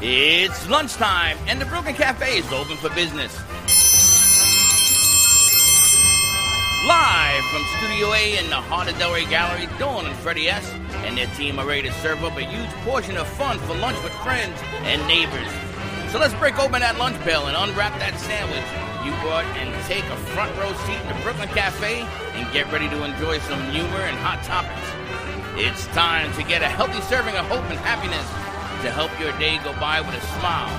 It's lunchtime, and the Brooklyn Cafe is open for business. Live from Studio A in the heart of Delray Gallery, Dawn and Freddie S. and their team are ready to serve up a huge portion of fun for lunch with friends and neighbors. So let's break open that lunch pail and unwrap that sandwich you brought and take a front row seat in the Brooklyn Cafe and get ready to enjoy some humor and hot topics. It's time to get a healthy serving of hope and happiness to help your day go by with a smile.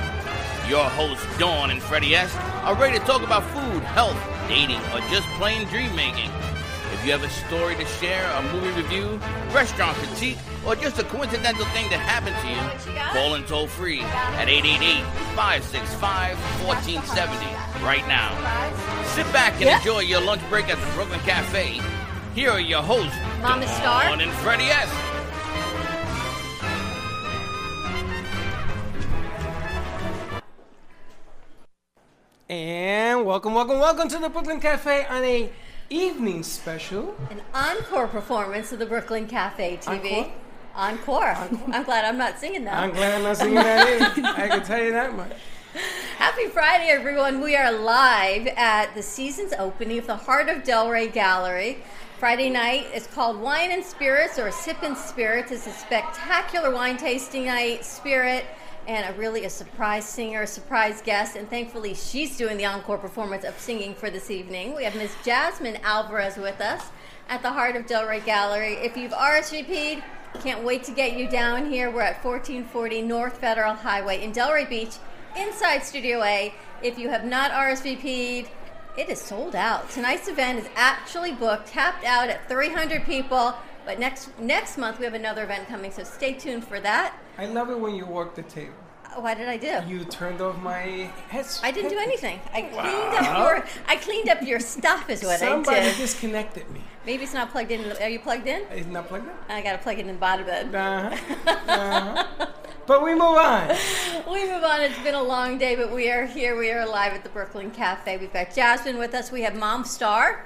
Your hosts, Dawn and Freddie S., are ready to talk about food, health, dating, or just plain dream making. If you have a story to share, a movie review, restaurant critique, or just a coincidental thing that happened to you, call in toll free at 888 565 1470 right now. Sit back and Yeah. enjoy your lunch break at the Brooklyn Cafe. Here are your hosts, Mama Star. Dawn and Freddie S. And welcome, welcome, welcome to the Brooklyn Cafe on a evening special. An encore performance of the Brooklyn Cafe TV. Encore. I'm glad I'm not singing that. I'm glad I'm not singing that in. I can tell you that much. Happy Friday, everyone. We are live at the season's opening of the Heart of Delray Gallery. Friday night It's called Wine and Spirits or Sip and Spirits. It's a spectacular wine tasting night, spirit, and a really a surprise singer, a surprise guest. And thankfully, she's doing the encore performance of singing for this evening. We have Miss Jasmine Alvarez with us at the Heart of Delray Gallery. If you've RSVP'd, can't wait to get you down here. We're at 1440 North Federal Highway in Delray Beach, inside Studio A. If you have not RSVP'd, it is sold out. Tonight's event is actually booked, tapped out at 300 people. But next next month we have another event coming, so stay tuned for that. I love it when you work the table. What did I do? You turned off my head. I didn't do anything. I cleaned up your I cleaned up your stuff is what Somebody I did. disconnected me. Maybe it's not plugged in. Are you plugged in? Isn't that plugged in? I gotta plug it in the bottom bed. Uh-huh. uh-huh. But we move on. We move on. It's been a long day, but we are here. We are live at the Brooklyn Cafe. We've got Jasmine with us. We have Mom Star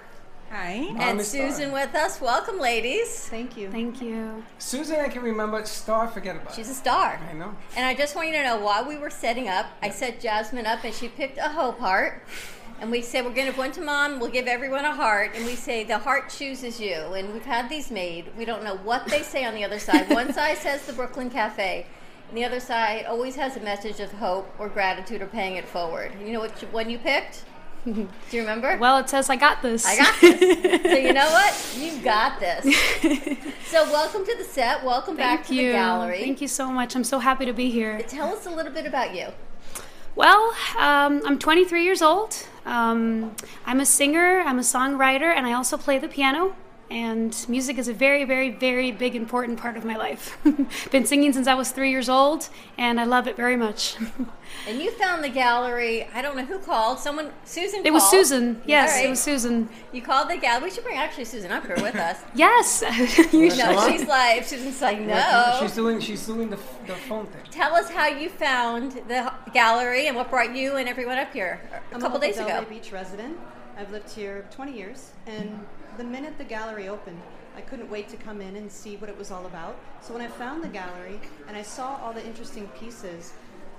Hi. Mom and is Star. Susan with us. Welcome, ladies. Thank you. Thank you. Susan, I can remember. Star, forget about She's it. a star. I know. And I just want you to know while we were setting up, I set Jasmine up and she picked a hope heart. And we said, we're going to one to mom, we'll give everyone a heart. And we say, the heart chooses you. And we've had these made. We don't know what they say on the other side. one side says the Brooklyn Cafe, and the other side always has a message of hope or gratitude or paying it forward. You know what you- one you picked? Do you remember? Well, it says I got this. I got this. so you know what? You've got this. So welcome to the set. Welcome back Thank to you. the gallery. Thank you so much. I'm so happy to be here. Tell us a little bit about you. Well, um, I'm 23 years old. Um, I'm a singer, I'm a songwriter, and I also play the piano. And music is a very, very, very big, important part of my life. Been singing since I was three years old, and I love it very much. And you found the gallery. I don't know who called. Someone, Susan. it was called. Susan. Yes, All right. it was Susan. You called the gallery. We should bring actually Susan up here with us. Yes. You should- no, she's like Susan's like no. She's doing, she's doing the, f- the phone thing. Tell us how you found the h- gallery and what brought you and everyone up here a I'm couple local days Delray ago. Beach resident. I've lived here 20 years, and the minute the gallery opened, I couldn't wait to come in and see what it was all about. So when I found the gallery and I saw all the interesting pieces,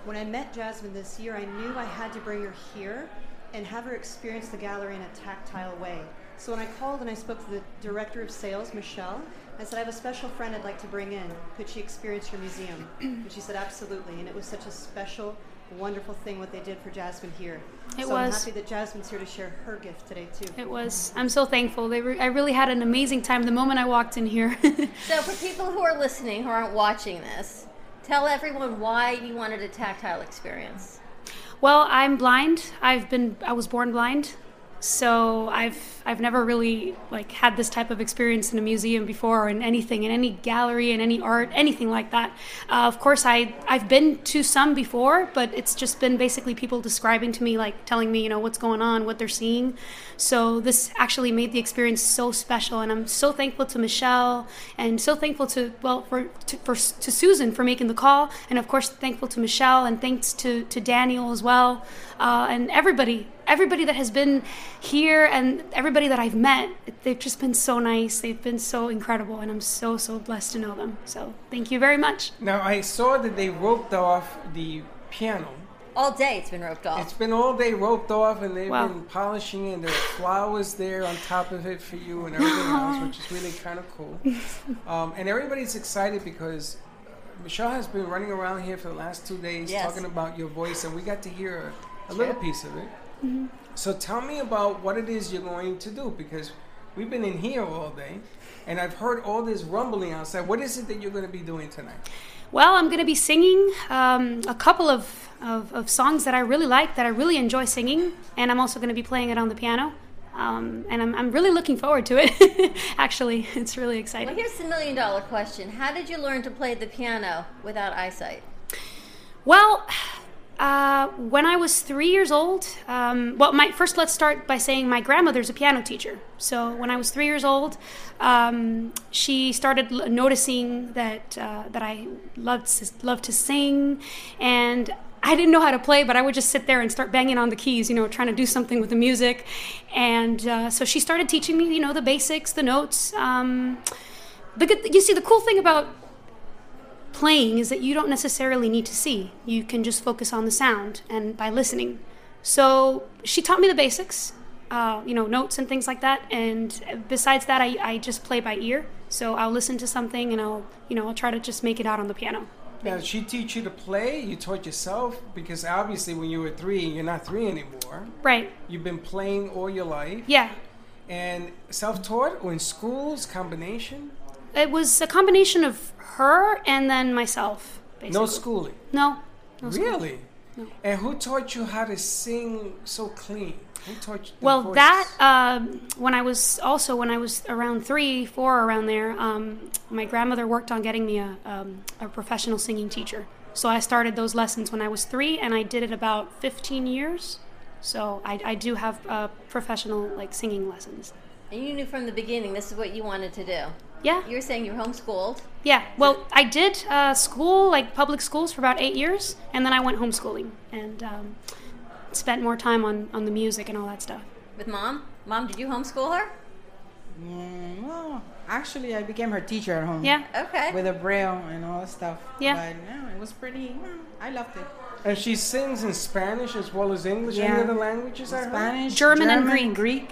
when I met Jasmine this year, I knew I had to bring her here and have her experience the gallery in a tactile way. So when I called and I spoke to the director of sales, Michelle, I said, I have a special friend I'd like to bring in. Could she experience your museum? And she said, absolutely. And it was such a special, wonderful thing what they did for Jasmine here. It so I'm was. happy that Jasmine's here to share her gift today, too. It was. I'm so thankful. They re- I really had an amazing time the moment I walked in here. So for people who are listening who aren't watching this, tell everyone why you wanted a tactile experience. Well, I'm blind. I've been I was born blind. So I've I've never really like had this type of experience in a museum before or in anything in any gallery in any art anything like that. Uh, of course I I've been to some before, but it's just been basically people describing to me like telling me, you know, what's going on, what they're seeing. So this actually made the experience so special and I'm so thankful to Michelle and so thankful to well for to, for to Susan for making the call and of course thankful to Michelle and thanks to to Daniel as well uh, and everybody everybody that has been here and everybody that I've met they've just been so nice they've been so incredible and I'm so so blessed to know them so thank you very much Now I saw that they roped off the piano. All day it's been roped off. It's been all day roped off, and they've Wow. been polishing it. And there are flowers there on top of it for you and everything else, which is really kind of cool. Um, and everybody's excited because uh, Michelle has been running around here for the last two days Yes. talking about your voice, and we got to hear a, a little piece of it. So tell me about what it is you're going to do because we've been in here all day, and I've heard all this rumbling outside. What is it that you're going to be doing tonight? Well, I'm going to be singing um, a couple of, of, of songs that I really like, that I really enjoy singing, and I'm also going to be playing it on the piano. Um, and I'm, I'm really looking forward to it, actually. It's really well, exciting. here's the million dollar question. How did you learn to play the piano without eyesight? Well, uh, when I was three years old, um, well, my, first let's start by saying my grandmother's a piano teacher. So when I was three years old, um, she started l- noticing that uh, that I loved to, loved to sing, and I didn't know how to play, but I would just sit there and start banging on the keys, you know, trying to do something with the music, and uh, so she started teaching me, you know, the basics, the notes. Um, the good, you see, the cool thing about playing is that you don't necessarily need to see. You can just focus on the sound and by listening. So she taught me the basics, uh, you know, notes and things like that. And besides that, I, I just play by ear. So I'll listen to something and I'll, you know, I'll try to just make it out on the piano. Now, did she teach you to play? You taught yourself? Because obviously, when you were three, you're not three anymore. Right. You've been playing all your life. Yeah. And self taught or in schools, combination? It was a combination of her and then myself, basically. No schooling. No. No school. Really? And who taught you how to sing so clean? Who taught you? the Well, voice? that um when I was also when I was around three, four, around there, um, my grandmother worked on getting me a, um, a professional singing teacher. So I started those lessons when I was three, and I did it about 15 years. So I, I do have uh, professional like singing lessons. And you knew from the beginning this is what you wanted to do. Yeah, You were saying you were homeschooled. yeah. Well, I did uh, school like public schools for about eight years, and then I went homeschooling and um, spent more time on on the music and all that stuff. with mom. Mom, did you homeschool her? Mm, well, actually, I became her teacher at home. Yeah, Okay. With a braille and all that stuff. Yeah. But no, it was pretty. mm, I loved it. uh, And she sings in Spanish as well as English. Yeah. Any other languages? I heard? Spanish, German and Uh, Greek.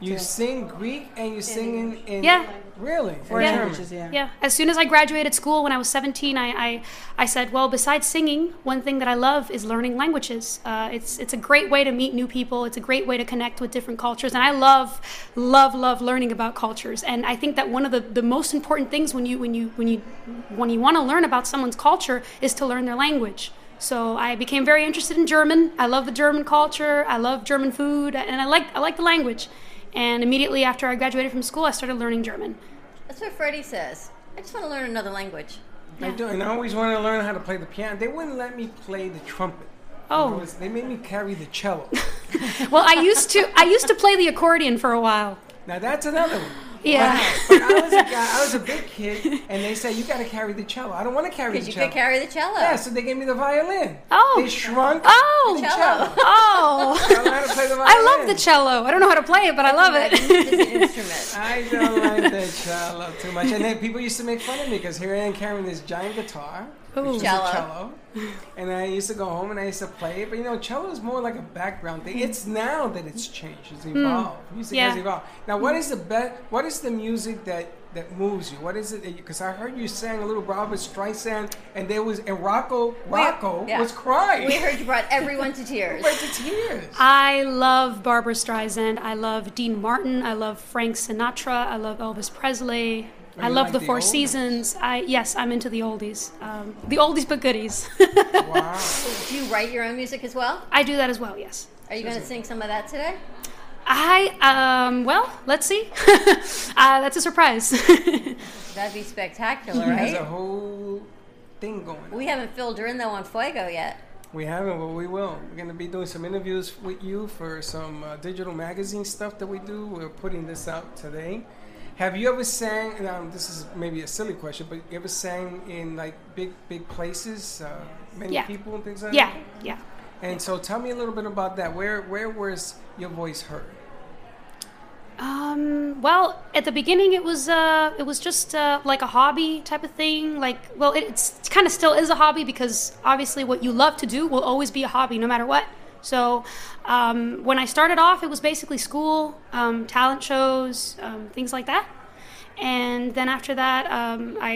You sing Greek and you sing in, in yeah. Really? Four Yeah. languages, yeah. Yeah. As soon as I graduated school when I was 17, I, I, I said, well, besides singing, one thing that I love is learning languages. Uh, it's, it's a great way to meet new people. It's a great way to connect with different cultures. And I love, love, love learning about cultures. And I think that one of the, the most important things when you, when you, when you, when you want to learn about someone's culture is to learn their language. So I became very interested in German. I love the German culture. I love German food, and I like I like the language. And immediately after I graduated from school, I started learning German. That's what Freddie says. I just want to learn another language. I do, and I always wanted to learn how to play the piano. They wouldn't let me play the trumpet. Oh, They made me carry the cello. Well, I used to I used to play the accordion for a while. Now that's another one. Yeah. But I was a guy, I was a big kid, and they said you got to carry the cello. I don't want to carry Because the you cello. could carry the cello. yeah, so they gave me the violin. Oh. They shrunk. Oh. Cello. I Oh. learned how to play the violin. I love the cello. I don't know how to play it, but I love It's an it. instrument. I don't like the cello too much. And then people used to make fun of me because here I am carrying this giant guitar, which was Cello. a cello. And I used to go home and I used to play it. But you know, cello is more like a background thing. It's Mm. now that it's changed. It's Hmm. evolved. Music has Yeah. evolved. Now, what is the best? What is the music that that moves you? What is it? Because I heard you sang a little Robert Streisand, and there was and Rocco Rocco yeah. was crying. We heard you brought everyone to tears. Right to tears. I love Barbara Streisand. I love Dean Martin. I love Frank Sinatra. I love Elvis Presley. Oh, I you love like the the Four oldies. Seasons. I yes, I'm into the oldies. Um, the oldies but goodies. wow. Do you write your own music as well? I do that as well. Yes. Are you going to sing some of that today? I um, well, let's see. uh, that's a surprise. That'd be spectacular, There's a right? whole thing going. on. We haven't filled her in though on Fuego yet. We haven't, but we will. We're going to be doing some interviews with you for some uh, digital magazine stuff that we do. We're putting this out today. Have you ever sang? and, Um, this is maybe a silly question, but you ever sang in like big, big places, uh, many Yeah. people and things like Yeah, that? yeah. And so, tell me a little bit about that. Where, where was your voice heard? Um, well, at the beginning, it was uh, it was just uh, like a hobby type of thing. Like, well, it, it's kind of still is a hobby because obviously, what you love to do will always be a hobby, no matter what. So, um, when I started off, it was basically school, um, talent shows, um, things like that. And then after that, um, I,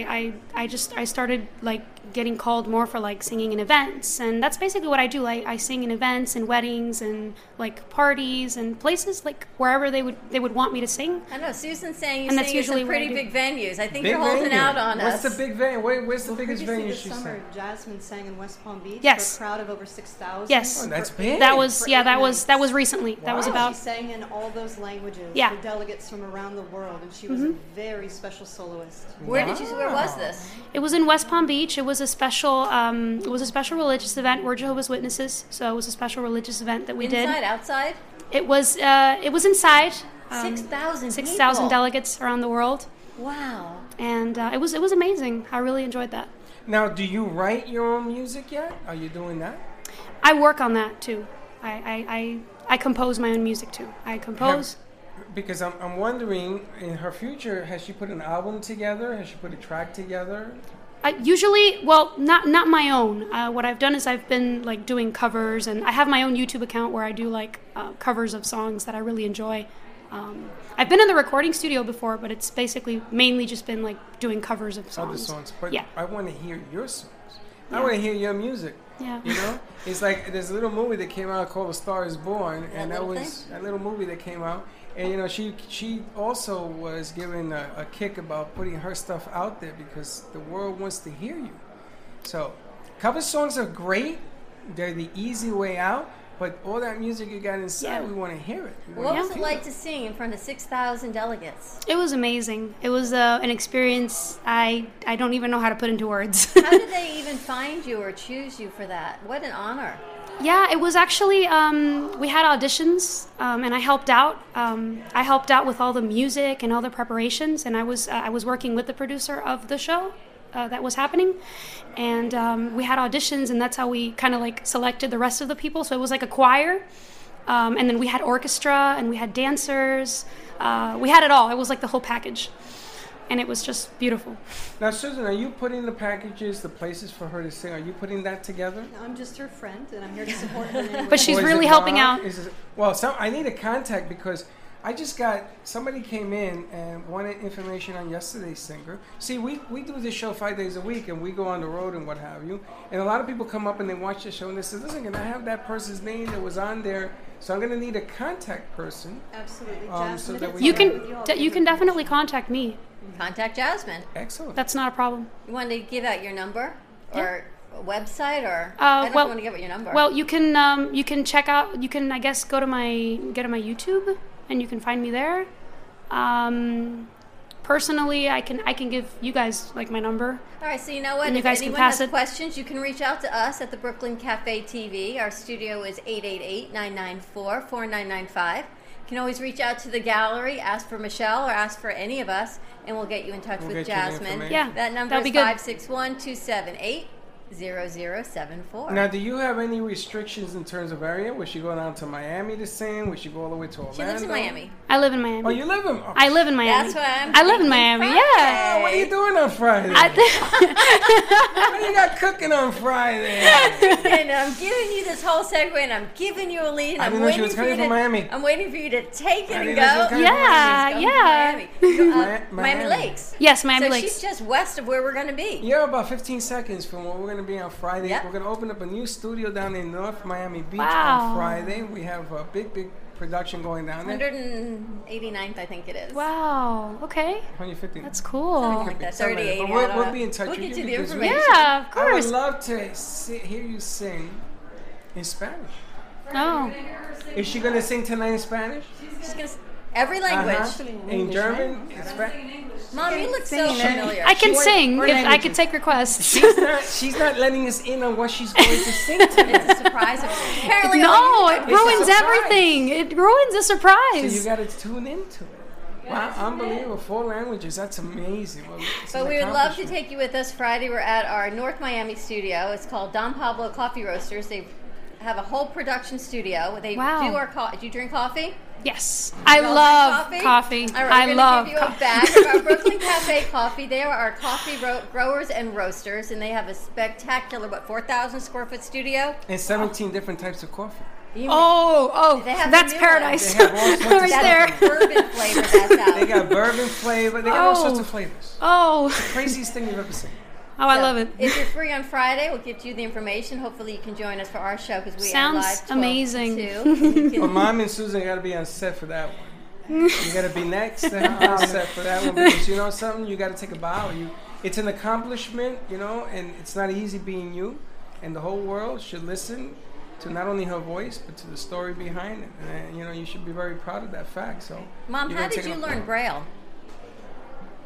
I I just I started like getting called more for like singing in events, and that's basically what I do. I, I sing in events and weddings and like parties and places like wherever they would they would want me to sing. I know Susan's saying you And sing that's at usually some what I pretty do. big venues. I think Big you're holding venue. out on What's us. the big venue? Where, where's the biggest Previously venue this she sang? summer, Jasmine sang in West Palm Beach Yes. for a crowd of over 6,000. Yes. Oh, that's For- big. That was For yeah, eight that was nights. that was recently. That was Wow. about She sang in all those languages Yeah. Mm-hmm. for delegates from around the world, and she was a very special soloist. Where did you? Where was this? It was in West Palm Beach. It was a special. Um, it was a special religious event. We're Jehovah's Witnesses, so it was a special religious event that we Inside, did. outside. It was. Uh, it was inside. Um, Six thousand. Six thousand delegates around the world, Wow. and uh, it was. It was amazing. I really enjoyed that. Now, do you write your own music yet? Are you doing that? I work on that too. I I, I, I compose my own music too. I compose. Because I'm, I'm wondering, in her future, has she put an album together? Has she put a track together? I usually, well, not not my own. Uh, what I've done is I've been like doing covers, and I have my own YouTube account where I do like uh, covers of songs that I really enjoy. Um, I've been in the recording studio before, but it's basically mainly just been like doing covers of songs. Other songs, but yeah, I want to hear your songs. I want to hear your music. yeah. You know, it's like there's a little movie that came out called A Star Is Born, and that little was a little movie that came out. And you know, she she also was given a, a kick about putting her stuff out there because the world wants to hear you. So, cover songs are great; they're the easy way out. But all that music you got inside, Yeah. we want to hear it. We What wanna was it feel like to sing in front of six thousand delegates? It was amazing. It was uh, an experience I I don't even know how to put into words. How did they even find you or choose you for that? What an honor. Yeah, it was actually um, we had auditions, um, and I helped out. Um, I helped out with all the music and all the preparations, and I was uh, I was working with the producer of the show uh, that was happening, and um, we had auditions, and that's how we kind of like selected the rest of the people. So it was like a choir, um, and then we had orchestra, and we had dancers. Uh, we had it all. It was like the whole package, and it was just beautiful. Now, Susan, are you putting the packages, the places for her to sing? Are you putting that together? I'm just her friend, and I'm here to support her. in any way. But she's Or is really it helping Bob? out. Is it- well, some, I need a contact because I just got somebody came in and wanted information on yesterday's singer. See, we, we do this show five days a week and we go on the road and what have you. And a lot of people come up and they watch the show and they say, "Listen, can I have that person's name that was on there?" So I'm going to need a contact person. Absolutely. Um, so Jasmine, that it's we You all can right with all de- the you can information. definitely contact me. Contact Jasmine. Excellent. That's not a problem. You wanted to give out your number or a website or Uh, I don't well- want to give out your number. Well, you can um, you can check out you can I guess go to my go to my YouTube and you can find me there. Um, personally, I can I can give you guys like my number. All right, so you know what? And you if guys can anyone pass has it. questions, you can reach out to us at the Brooklyn Cafe TV. Our studio is 888-994-4995. You can always reach out to the gallery, ask for Michelle or ask for any of us, and we'll get you in touch We'll with get you the Jasmine. information. Yeah, That number that'd is be good. 561-278-0074. Now, do you have any restrictions in terms of area? Would she go down to Miami to sing? Would she go all the way to Orlando? she lives in Miami. I live in Oh, Miami. you live in. Oh, I live in Miami. That's what I'm I live thinking in Miami. oh, Yeah. what are you doing on Friday? I th- what do you got cooking on Friday? and I'm giving you this whole segue, and I'm giving you a lead. And I I'm didn't know she waiting was for you coming to, from Miami. I'm waiting for you to take it I and didn't go. know she was coming from Come Miami. yeah, to yeah. Miami. You, uh, Mi- Miami Miami. Lakes. yes, Miami so Lakes. she's just west of where we're going to be. You're about 15 seconds from where we're going to be on Friday. Yep. We're going to open up a new studio down in North Miami Beach on Wow. Friday. We have a big, big production going down there. 189th, I think it is. wow. Okay. 150. That's cool. Like that Something like that. 38. But we'll- we'll be in touch We'll with get you you the because we- information. Yeah, of I would course. love to sit, hear you sing in Spanish. No. Is she going to sing tonight in Spanish? She's gonna, s- every language. Uh-huh. In, English, German? in Spanish? Mom, you look so Singing it. familiar. I can What- sing what if I languages? could take requests. She's not, she's not letting us in on what she's going to sing tonight. it's a surprise. Apparently, no, it It's a ruins surprise. everything. It ruins the surprise. So you got to tune into it. Wow, unbelievable. Four languages. That's amazing. Well, it's an But we would love to accomplishment. take you with us Friday. We're at our North Miami studio. It's called Don Pablo Coffee Roasters. They've have a whole production studio. They Wow. do our co- Do you drink coffee? Yes, I You all drink love coffee. All right, I we're love going to give you coffee. a bag of our Brooklyn Cafe coffee. They are our coffee ro- growers and roasters, and they have a spectacular, what, 4,000 square foot studio? And 17 different types of coffee. You- Oh, oh, They have that's the new one. paradise They have all sorts of right stuff. there. That's a bourbon flavor that's out. They got bourbon flavor. They got all sorts Oh. of flavors. Oh, Craziest thing you've ever seen. oh, I love it. If you're free on Friday, we'll get you the information. Hopefully, you can join us for our show because we Sounds are live 12 to amazing. 2, and you But can- mom and Susan got to be on set for that one. You got to be next to her on set for that one because you know something. You got to take a bow. You, it's an accomplishment, you know, and it's not easy being you. And the whole world should listen to not only her voice but to the story behind it. And you know, you should be very proud of that fact. So, Mom, you're how gonna did take you it- learn Braille?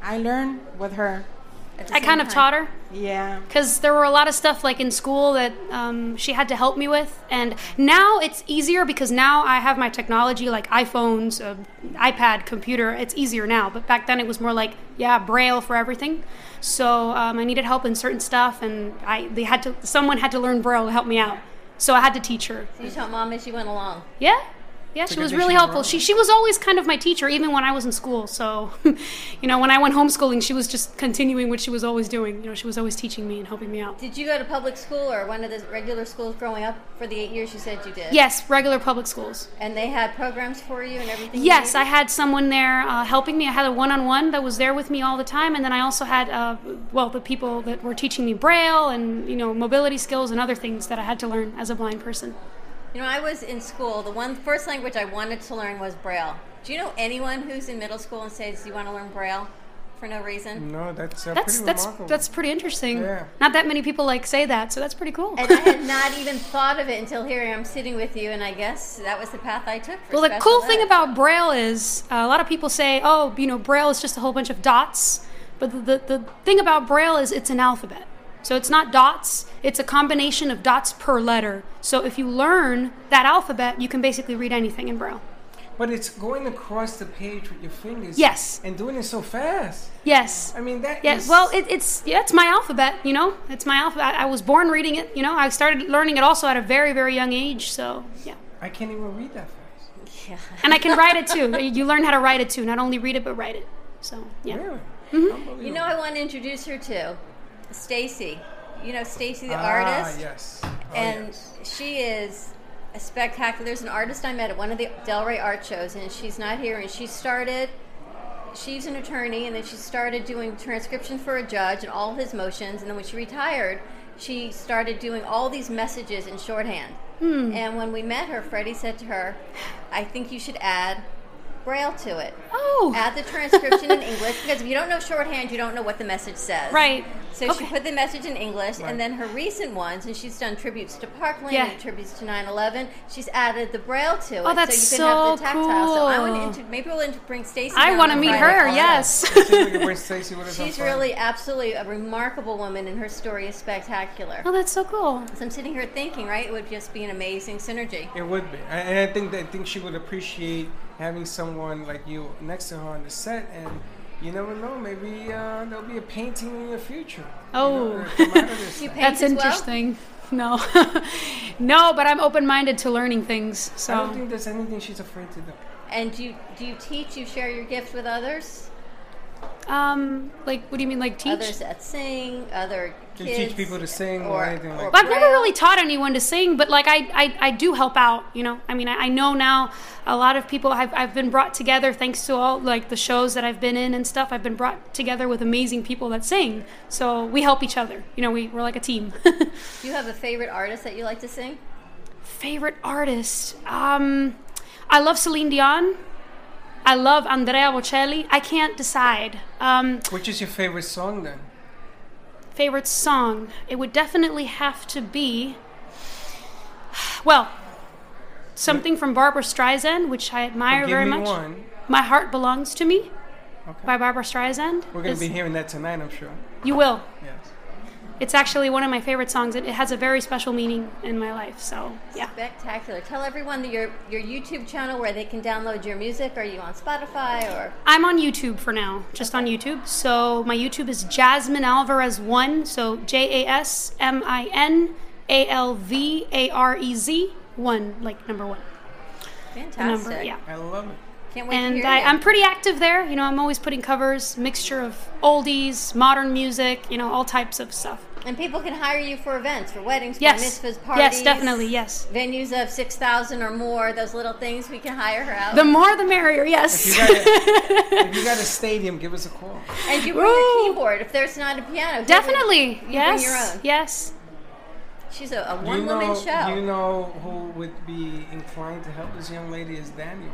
I learned with her. at the I same kind of time? taught her Yeah. because there were a lot of stuff like in school that um, she had to help me with, and now it's easier because now I have my technology like iPhones, uh, iPad, computer. It's easier now, but back then it was more like yeah, braille for everything. So um, I needed help in certain stuff, and I they had to someone had to learn braille to help me out. So I had to teach her. You taught mom as you went along. Yeah. Yeah, she good was that really she helpful. brought She it. she was always kind of my teacher, even when I was in school. So, you know, when I went homeschooling, she was just continuing what she was always doing. You know, she was always teaching me and helping me out. Did you go to public school or one of the regular schools growing up for the eight years you said you did? Yes, regular public schools. And they had programs for you and everything? you Yes, I needed? had someone there uh, helping me. I had a one-on-one that was there with me all the time, and then I also had, uh, well, the people that were teaching me braille and you know mobility skills and other things that I had to learn as a blind person. You know, I was in school. The one first language I wanted to learn was Braille. Do you know anyone who's in middle school and says, you want to learn Braille for no reason? No, that's uh, That's pretty that's remarkable. that's pretty interesting. Yeah. Not that many people like say that, so that's pretty Mm. cool. And I had not even thought of it until here I'm sitting with you, and I guess that was the path I took. For Well, the special cool thing ed. about Braille is uh, a lot of people say, oh, you know, Braille is just a whole bunch of dots. But the, the, the thing about Braille is it's an alphabet. So it's not dots, it's a combination of dots per letter. So if you learn that alphabet, you can basically read anything in Braille. but it's going across the page with your fingers. Yes. And doing it so fast. Yes. I mean, that Yeah, is- well, it, it's yeah, it's my alphabet, you know. It's my alphabet. I, I was born reading it, you know. I started learning it also at a very, very young age. So yeah, I can't even read that fast. Yeah. and I can write it too. You learn how to write it too, not only read it but write it. So yeah. Mm-hmm. Really? You know, I want to introduce her to Stacy. You know, Stacy the ah, artist. Yes. Oh, and yes. she is a spectacular. There's an artist I met at one of the Del Rey art shows, and she's not here. And she started. She's an attorney, and then she started doing transcription for a judge and all his motions. And then when she retired, she started doing all these messages in shorthand. Hmm. And when we met her, Freddie said to her, "I think you should add." Braille to it. Oh. Add the transcription in English because if you don't know shorthand, you don't know what the message says. Right. So Okay. she put the message in English, Right. and then her recent ones, and she's done tributes to Parkland, Yeah. Oh, and tributes to 9/11. She's added the Braille to it, that's so you can have the so tactile. So I cool. want to maybe we'll inter- bring Stacy. I down want to on meet Friday. her. Yes. See if we can bring Stacey with us on She's Friday. really absolutely a remarkable woman, and her story is spectacular. oh, that's so cool. So I'm sitting here thinking, right? It would just be an amazing synergy. It would be, and and I think that, I think she would appreciate having someone like you next to her on the set, and you never know, maybe uh, there'll be a painting in your future. Oh. you know, that'll come out of this She thing. paints That's as well? interesting. No, no, but I'm open-minded to learning things. I don't So think there's anything she's afraid to do. And do you, do you teach? You share your gift with others, um, like, what do you mean, like teach? others that sing, other Do kids. you teach people to sing or anything like Well, I've never Braille? really taught anyone to sing, but like I, I, I do help out. You know, I mean, I, I know now a lot of people. I've, I've been brought together thanks to all like the shows that I've been in and stuff. I've been brought together with amazing people that sing. So we help each other. You know, we we're like a team. Do you have a favorite artist that you like to sing? Favorite artist? Um, I love Celine Dion. I love Andrea Bocelli. I can't decide. Um, Which is your favorite song then? favorite song? It would definitely have to be. Well, something from Barbara Streisand, which I admire Give very me much. one. My Heart Belongs to Me Okay. by Barbara Streisand. We're gonna It's- be hearing that tonight, I'm sure. You will. Yes. It's actually one of my favorite songs. It it has a very special meaning in my life. So, yeah. Spectacular. Tell everyone that your your YouTube channel where they can download your music. Are you on Spotify or I'm on YouTube for now, just on YouTube. So my YouTube is Jasmine Alvarez One, so J A S M I N A L V A R E Z one, like number one. The Fantastic. number, yeah. I love it. Can't wait to And hear I, you. I'm pretty active there. You know, I'm always putting covers, mixture of oldies, modern music, you know, all types of stuff. and people can hire you for events, for weddings, for Yes. mitzvahs, parties. Yes, definitely. Yes. Venues of 6,000 or more, those little things, we can hire her out. The more the merrier, You yes. got a, if you got a stadium, give us a call. and you bring the Woo! keyboard if there's not a piano. Definitely. bring yes. your own. Yes. She's a, a You one woman know- show. You know who would be inclined to help this young lady is Daniel.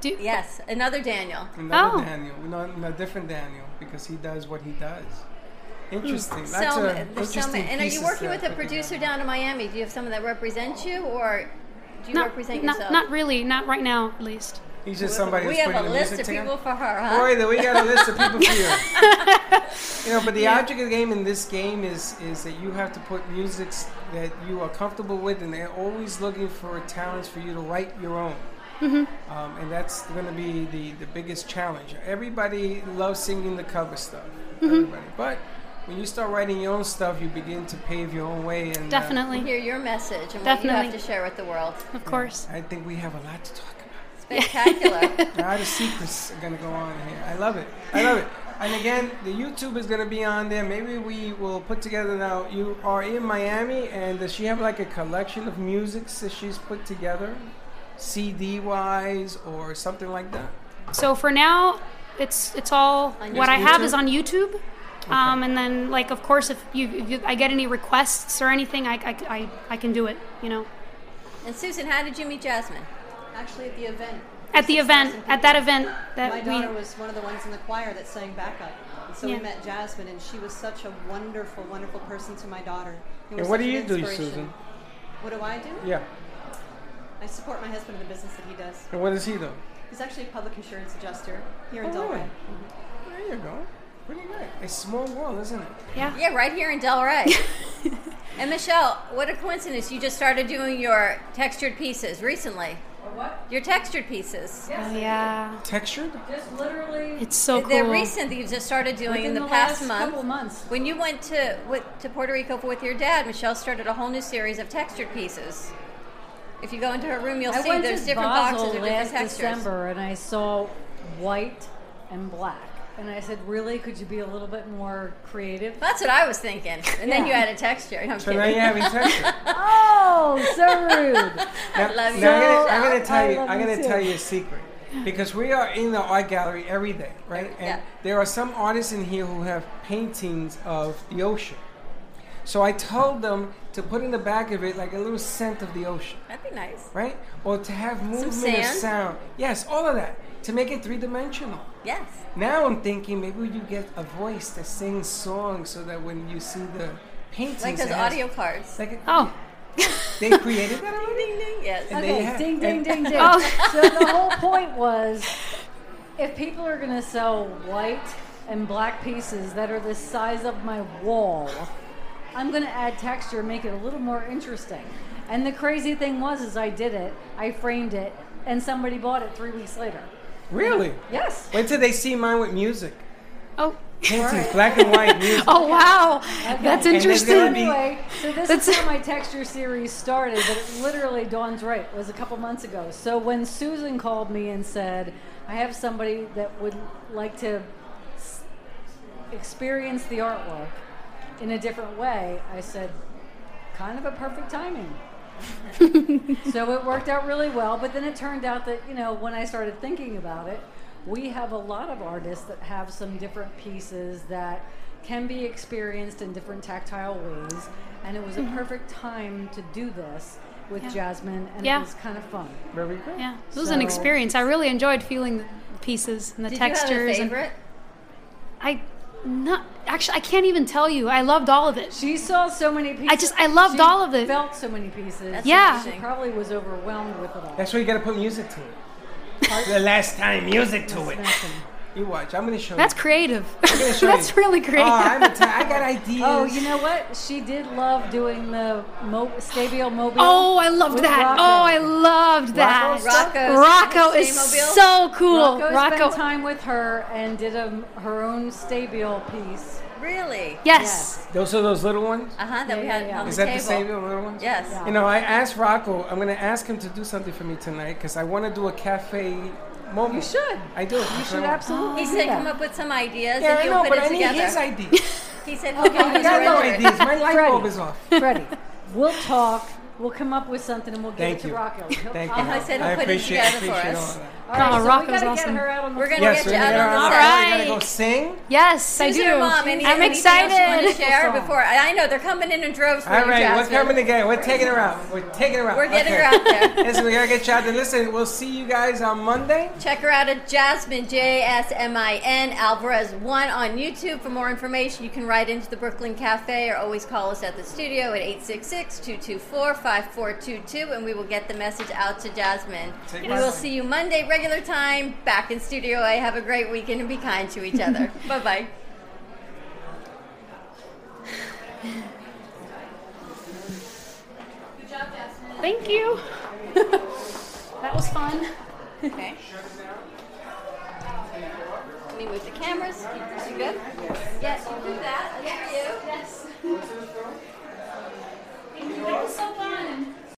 Do, Yes, another Daniel. Another Oh. Daniel. No, no, different Daniel because he does what he does. Interesting. So, That's a there's so interesting many- Hmm. and are you pieces working to with a put together. producer down in Miami? Do you have someone that represents you, or do you Not, represent not, yourself? not really. Not right now, at least. He's just somebody we that's have putting a the list music of together. people for her, huh? Boy, that we got a list of people for you. you know, but the object of the game in this game is is that you have to put music s- that you are comfortable with, and they're always looking for talents for you to write your own. Um, and that's going to be the, the biggest challenge. Everybody loves singing the cover stuff. Everybody, but when you start writing your own stuff, you begin to pave your own way. And uh, Definitely. Hear your message and what you Definitely. have to share with the world. Of course. I think we have a lot to talk about. Spectacular. A lot of secrets are gonna go on here. I love it. I love it. And again, the YouTube is gonna be on there. Maybe we will put together now. You are in Miami, and does she have like a collection of music that she's put together, CD wise or something like that? So for now, it's it's all On what I YouTube? have is on YouTube. Um, and then, like, of course, if you, if you I get any requests or anything, I, I, I, I can do it. You know, and Susan, how did you meet Jasmine? Actually, at the event, at the event, at that event that my we. daughter was one of the ones in the choir that sang backup. And so Yeah. we met Jasmine, and she was such a wonderful, wonderful person to my daughter. was And what such do an you do, inspiration. Susan? What do I do? Yeah. I support my husband in the business that he does. And what is he though? He's actually a public insurance adjuster here in Oh, really? Delray. There you go. Pretty good. A small world, isn't it? yeah. Yeah, right here in Delray. and Michelle, what a coincidence! You just started doing your textured pieces recently. What? Your textured pieces. Oh, yeah. Textured. It's so cool. They're recent that you just started doing in the, past last month. couple months. When you went to with, to Puerto Rico with your dad, Michelle started a whole new series of textured pieces. If you go into her room, you'll I see went there's to different Basel boxes of different last textures. December, and I saw white and black, and I said, "Really? Could you be a little bit more creative?" That's what I was thinking. And then Yeah. you added texture. No, I'm So now kidding. you're having texture. oh, so rude. I love Now, you. I'm, gonna, I'm gonna tell I you. love I'm you gonna too. tell you a secret because we are in the art gallery every day, right? And Yeah. there are some artists in here who have paintings of the ocean. So I told them to put in the back of it like a little scent of the ocean, That'd be nice. right? Or to have movement of sand? sound. Yes, all of that to make it three dimensional. Yes. Now I'm thinking maybe you get a voice that sings songs so that when you see the paintings, Like those it has- audio cards. Like a- oh, they created that already. Ding, ding, yes. And they Okay, have- ding, and- ding, ding, ding. Oh. So the whole point was, if people are gonna sell white and black pieces that are the size of my wall, I'm gonna add texture, and make it a little more interesting. And the crazy thing was, is I did it, I framed it, and somebody bought it three weeks later. Really? Yes. Wait till they see mine with music. oh, Paintings, black and white music. oh, wow. And That's there's interesting. gonna be- Anyway, so this That's- is how my texture series started, but it literally dawn's right. It was a couple months ago. So when Susan called me and said, "I have somebody that would like to s- experience the artwork in a different way," I said, "Kind of a perfect timing." so it worked out really well. But then it turned out that, you know, when I started thinking about it, we have a lot of artists that have some different pieces that can be experienced in different tactile ways. And it was a perfect time to do this with Mm-hmm. Yeah. Jasmine, and Yeah. it was kind of fun. Very good. Yeah, it was an So- experience. I really enjoyed feeling the pieces and the Did textures. you have a and- favorite? I not actually. I can't even tell you. I loved all of it. She saw so many pieces. I just- I loved She all of it. Felt so many pieces. That's Yeah. She amazing. probably was overwhelmed with it all. That's why you gotta put music to it. the last time music to it. Smashing. You watch. I'm gonna show That's you. creative. gonna show That's you. really creative. Oh, I'm a t- I got ideas. Oh, you know what? She did love doing the mo- Stabio Mobile. Oh, I loved with that. Rocco. Oh, I loved that. Rocco's- Rocco is Staymobile? so cool. Rocco, spent Rocco. time with her and did a, her own Stabio piece. Really? Yes. Those are those little ones. Uh huh. That we Yeah, had yeah, yeah. on Is the that the table. same little ones? Yes. Yeah. You know, I asked Rocco. I'm gonna ask him to do something for me tonight because I want to do a cafe moment. You should. I do. You should absolutely. He do said, that. "Come up with some ideas, Yeah, and I you'll know, put but it I need together." his ideas. He said, "He'll give you I got no the ideas. My light Freddie. bulb is off. Oh. Freddie, we'll talk. We'll come up with something and we'll give Thank it to you. Rocco. He'll- Thank you. I'll- I said he'll I put it appreciate, together for appreciate us. all that. All right, Oh, so Rocco's we gotta awesome. get her out on the We're gonna Yes, get we're you gonna, out on the all floor. right. we gotta go Right. sing. Yes, I Who's do. your mom? Any, I'm anything Else you want excited. to share before I I know they're coming in in droves. for All you, right, we're Jasmine. coming together. We're taking her out. We're taking her out. We're getting Okay. her out there. Listen, we gotta get you out there. Listen, we'll see you guys on Monday. Check her out at Jasmine J S M I N Alvarez One on YouTube. For more information, you can write into the Brooklyn Cafe or always call us at the studio at 866-224-5422 and we will get the message out to Jasmine. Take We my will money. see you Monday, regular time, back in Studio A. Have a great weekend and be kind to each other. bye bye. Thank you. that was fun. Okay. Let me move the cameras. You good? Yes, you do that. That's you. Yes.